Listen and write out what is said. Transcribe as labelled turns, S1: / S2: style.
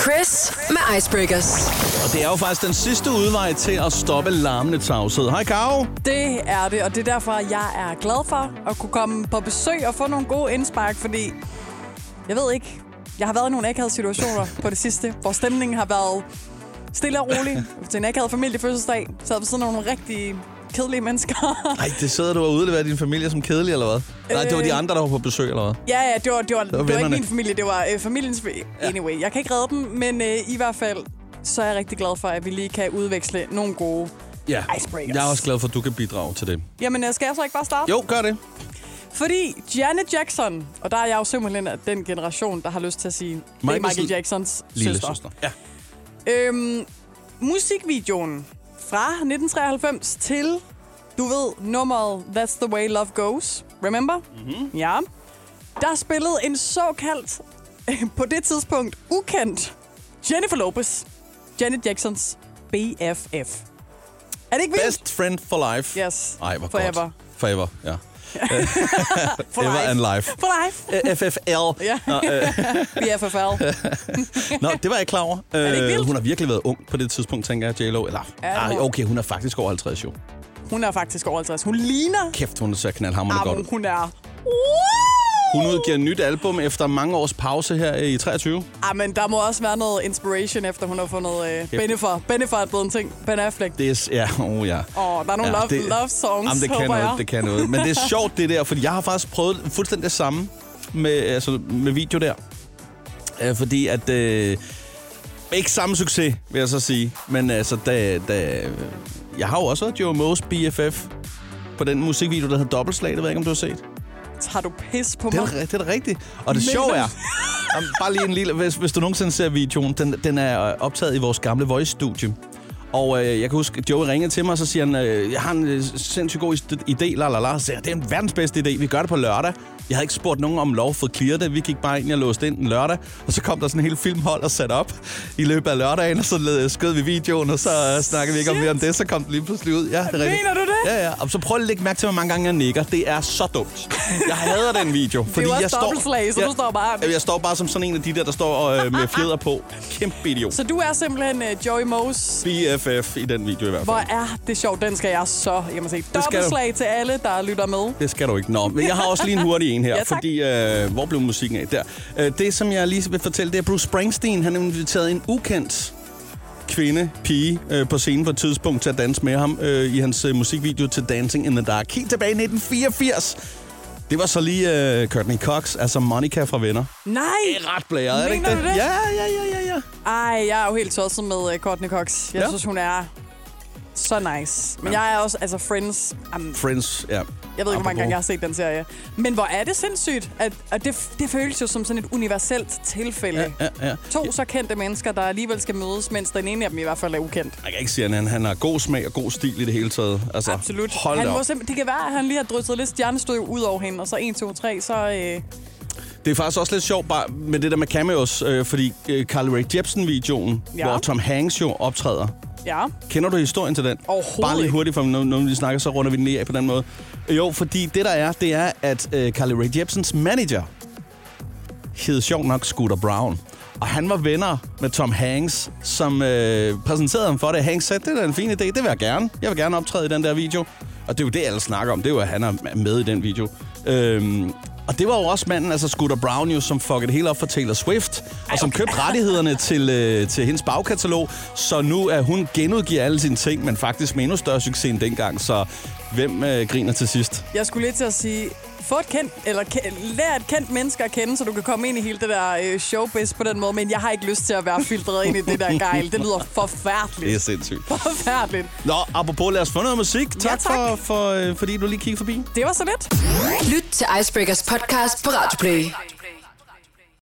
S1: Chris med Icebreakers.
S2: Og det er jo faktisk den sidste udvej til at stoppe larmende tavshed. Hej, Karo.
S3: Det er det, og det er derfor, jeg er glad for at kunne komme på besøg og få nogle gode indspark, fordi jeg ved ikke, jeg har været i nogle akavede situationer på det sidste, hvor stemningen har været stille og rolig. Til en akavet familiefødselsdag, så ved siden af nogle rigtig kedelige mennesker.
S2: Nej, det sidder du og udleverer din familie som kedelig, eller hvad? Øh... Nej, det var de andre, der var på besøg, eller hvad?
S3: Ja, ja, det var, det var, det var, det var ikke
S2: vennerne.
S3: min familie, det var øh, familiens... fa- Anyway, jeg kan ikke redde dem, men øh, i hvert fald, så er jeg rigtig glad for, at vi lige kan udveksle nogle gode...
S2: Ja.
S3: Icebreakers.
S2: Jeg er også glad for, at du kan bidrage til det.
S3: Jamen, øh, skal jeg så ikke bare starte?
S2: Jo, gør det.
S3: Fordi Janet Jackson, og der er jeg jo simpelthen af den generation, der har lyst til at sige, Michael, det er
S2: Michaels
S3: Michael Jacksons
S2: Lille
S3: søster.
S2: søster. Ja.
S3: Øhm, musikvideoen fra 1993 til, du ved, nummeret That's the way love goes. Remember?
S2: Mhm.
S3: Mm-hmm. Ja. Der spillede en såkaldt, på det tidspunkt, ukendt Jennifer Lopez. Janet Jacksons BFF. Er det ikke vildt?
S2: Best friend for life.
S3: Yes.
S2: Ej, hvor
S3: Forever.
S2: godt. Forever. ja.
S3: For
S2: Ever
S3: life.
S2: and life.
S3: For life.
S2: FFL.
S3: Ja.
S2: Nå, øh,
S3: BFFL.
S2: nå, det var jeg ikke klar over.
S3: det ikke
S2: Øh,
S3: vildt?
S2: hun har virkelig været ung på det tidspunkt, tænker jeg, J.Lo. Eller,
S3: Ja, det
S2: ej,
S3: må-
S2: okay, hun er faktisk over 50 jo.
S3: Hun er faktisk over 50. Hun ligner...
S2: Kæft, hun ser knaldhammerende godt
S3: Armen,
S2: ud.
S3: Ah, hun er...
S2: Hun udgiver et nyt album efter mange års pause her i 23.
S3: Ah, men der må også være noget inspiration, efter hun har fundet øh, Bennifer. Bennifer er blevet en ting. Ben Affleck.
S2: Det er, ja, oh ja.
S3: Åh, der er nogle
S2: ja,
S3: love- love songs,
S2: jamen, det kan
S3: håber
S2: noget,
S3: jeg.
S2: det kan noget. Men det er sjovt, det der, fordi jeg har faktisk prøvet fuldstændig det samme med, altså, med video der. Øh, Fordi at... Øh, ikke samme succes, vil jeg så sige. Men altså, da, da, jeg har jo også været Joe Moes BFF på den musikvideo, der hedder Dobbelslag. Det ved jeg ikke, om du har set.
S3: Tager du pis på
S2: Det
S3: mig?
S2: er, da- det er da rigtigt. Og det
S3: Men-
S2: sjove er... Jamen, bare lige en lille... Hvis, hvis du nogensinde ser videoen, den, den er øh, optaget i vores gamle Voice-studie. Og øh, jeg kan huske, Joey ringede til mig, og så siger han, øh, jeg har en øh, sindssygt god id- idé, la la la. Så siger jeg, det er en verdens bedste idé, vi gør det på lørdag. Jeg havde ikke spurgt nogen om lov, fået clear det. Vi gik bare ind, jeg låste ind en lørdag, og så kom der sådan en hel filmhold og satte op i løbet af lørdagen, og så led- skød vi videoen, og så øh, snakkede vi ikke om mere om det, så kom det lige pludselig ud. Ja, det er rigtigt.
S3: Mener du det?
S2: Ja, ja. Og så prøv lige at lægge mærke til, hvor mange gange jeg nikker. Det er så dumt. Jeg hader den video. Fordi
S3: jo også
S2: jeg
S3: dobbeltslag, så du står bare-
S2: Jamen, Jeg står bare som sådan en af de der, der står øh, med fjeder på. Kæmpe idiot.
S3: Så du er simpelthen øh, Joey Moes.
S2: BFF i den video i hvert fald.
S3: Hvor er det sjovt. Den skal jeg så hjem og se.
S2: du.
S3: Dobbeltslag til alle, der lytter med.
S2: Det skal du ikke. Nå, men jeg har også lige en hurtig en her,
S3: Ja,
S2: ja,
S3: tak.
S2: fordi... Øh, hvor blev musikken af? Der. Øh, det, som jeg lige vil fortælle, det er Bruce Springsteen. Han inviterede en ukendt kvinde, pige, øh, på scenen på et tidspunkt til at danse med ham øh, i hans øh, musikvideo til Dancing in the Dark. Helt tilbage i 1984. Det var så lige øh, Courtney Cox, altså Monica fra Venner.
S3: Nej!
S2: Det er ret blæret, er det ikke
S3: Mener
S2: det?
S3: du det?
S2: Ja, ja, ja, ja, ja.
S3: Ej, jeg er jo helt tosset med øh, Courtney Cox. Jeg ja.
S2: Ja.
S3: synes, hun er så nice. Men jeg er også, altså Friends, am,
S2: Friends, ja.
S3: Jeg ved ikke, hvor mange gange jeg har set den serie. Men hvor er det sindssygt, at, at det, det føles jo som sådan et universelt tilfælde.
S2: Ja, ja, ja.
S3: To så kendte mennesker, der alligevel skal mødes, mens den ene af dem i hvert fald er ukendt.
S2: Jeg kan ikke sige, at han, han har god smag og god stil i det hele taget. Altså,
S3: Absolut.
S2: Hold
S3: han
S2: da op.
S3: må simp- det kan være, at han lige har drysset lidt stjernestøv ud over hende, og så 1, 2, 3, så... Øh,
S2: Det er faktisk også lidt sjovt bare med det der med cameos, øh, fordi øh, Carly Rae Jepsen-videoen,
S3: Ja.
S2: ja. hvor Tom Hanks jo optræder.
S3: ja.
S2: Kender du historien til den?
S3: Overhovedet
S2: Bare lige
S3: ikke.
S2: hurtigt, for når, når vi snakker, så runder vi den lige af på den måde. Jo, fordi det der er, det er, at øh, Carly Rae Jepsens manager hed sjov nok Scooter Brown. Og han var venner med Tom Hanks, som øh, præsenterede ham for det. Hanks sagde, det er da en fin idé, det vil jeg gerne. Jeg vil gerne optræde i den der video. Og det er jo det, alle snakker om. Det er jo, at han er med i den video. Øhm, og det var jo også manden, altså Scooter Brown, jo, som fuckede det hele op for Taylor Swift, og som købte rettighederne til, øh, til hendes bagkatalog. Så nu er hun genudgiver alle sine ting, men faktisk med endnu større succes end dengang. Så hvem øh, griner til sidst?
S3: Jeg skulle lige til at sige, få et kendt, eller ke- lær et kendt menneske at kende, så du kan komme ind i hele det der øh, showbiz på den måde, men jeg har ikke lyst til at være filtreret ind i det der gejl. Det lyder forfærdeligt.
S2: Det er sindssygt.
S3: Forfærdeligt.
S2: Nå, apropos, lad os få noget musik. Tak,
S3: tak.
S2: For, for, øh, fordi du lige kiggede forbi.
S3: Det var så lidt.
S1: Lyt til Icebreakers podcast på Radioplay.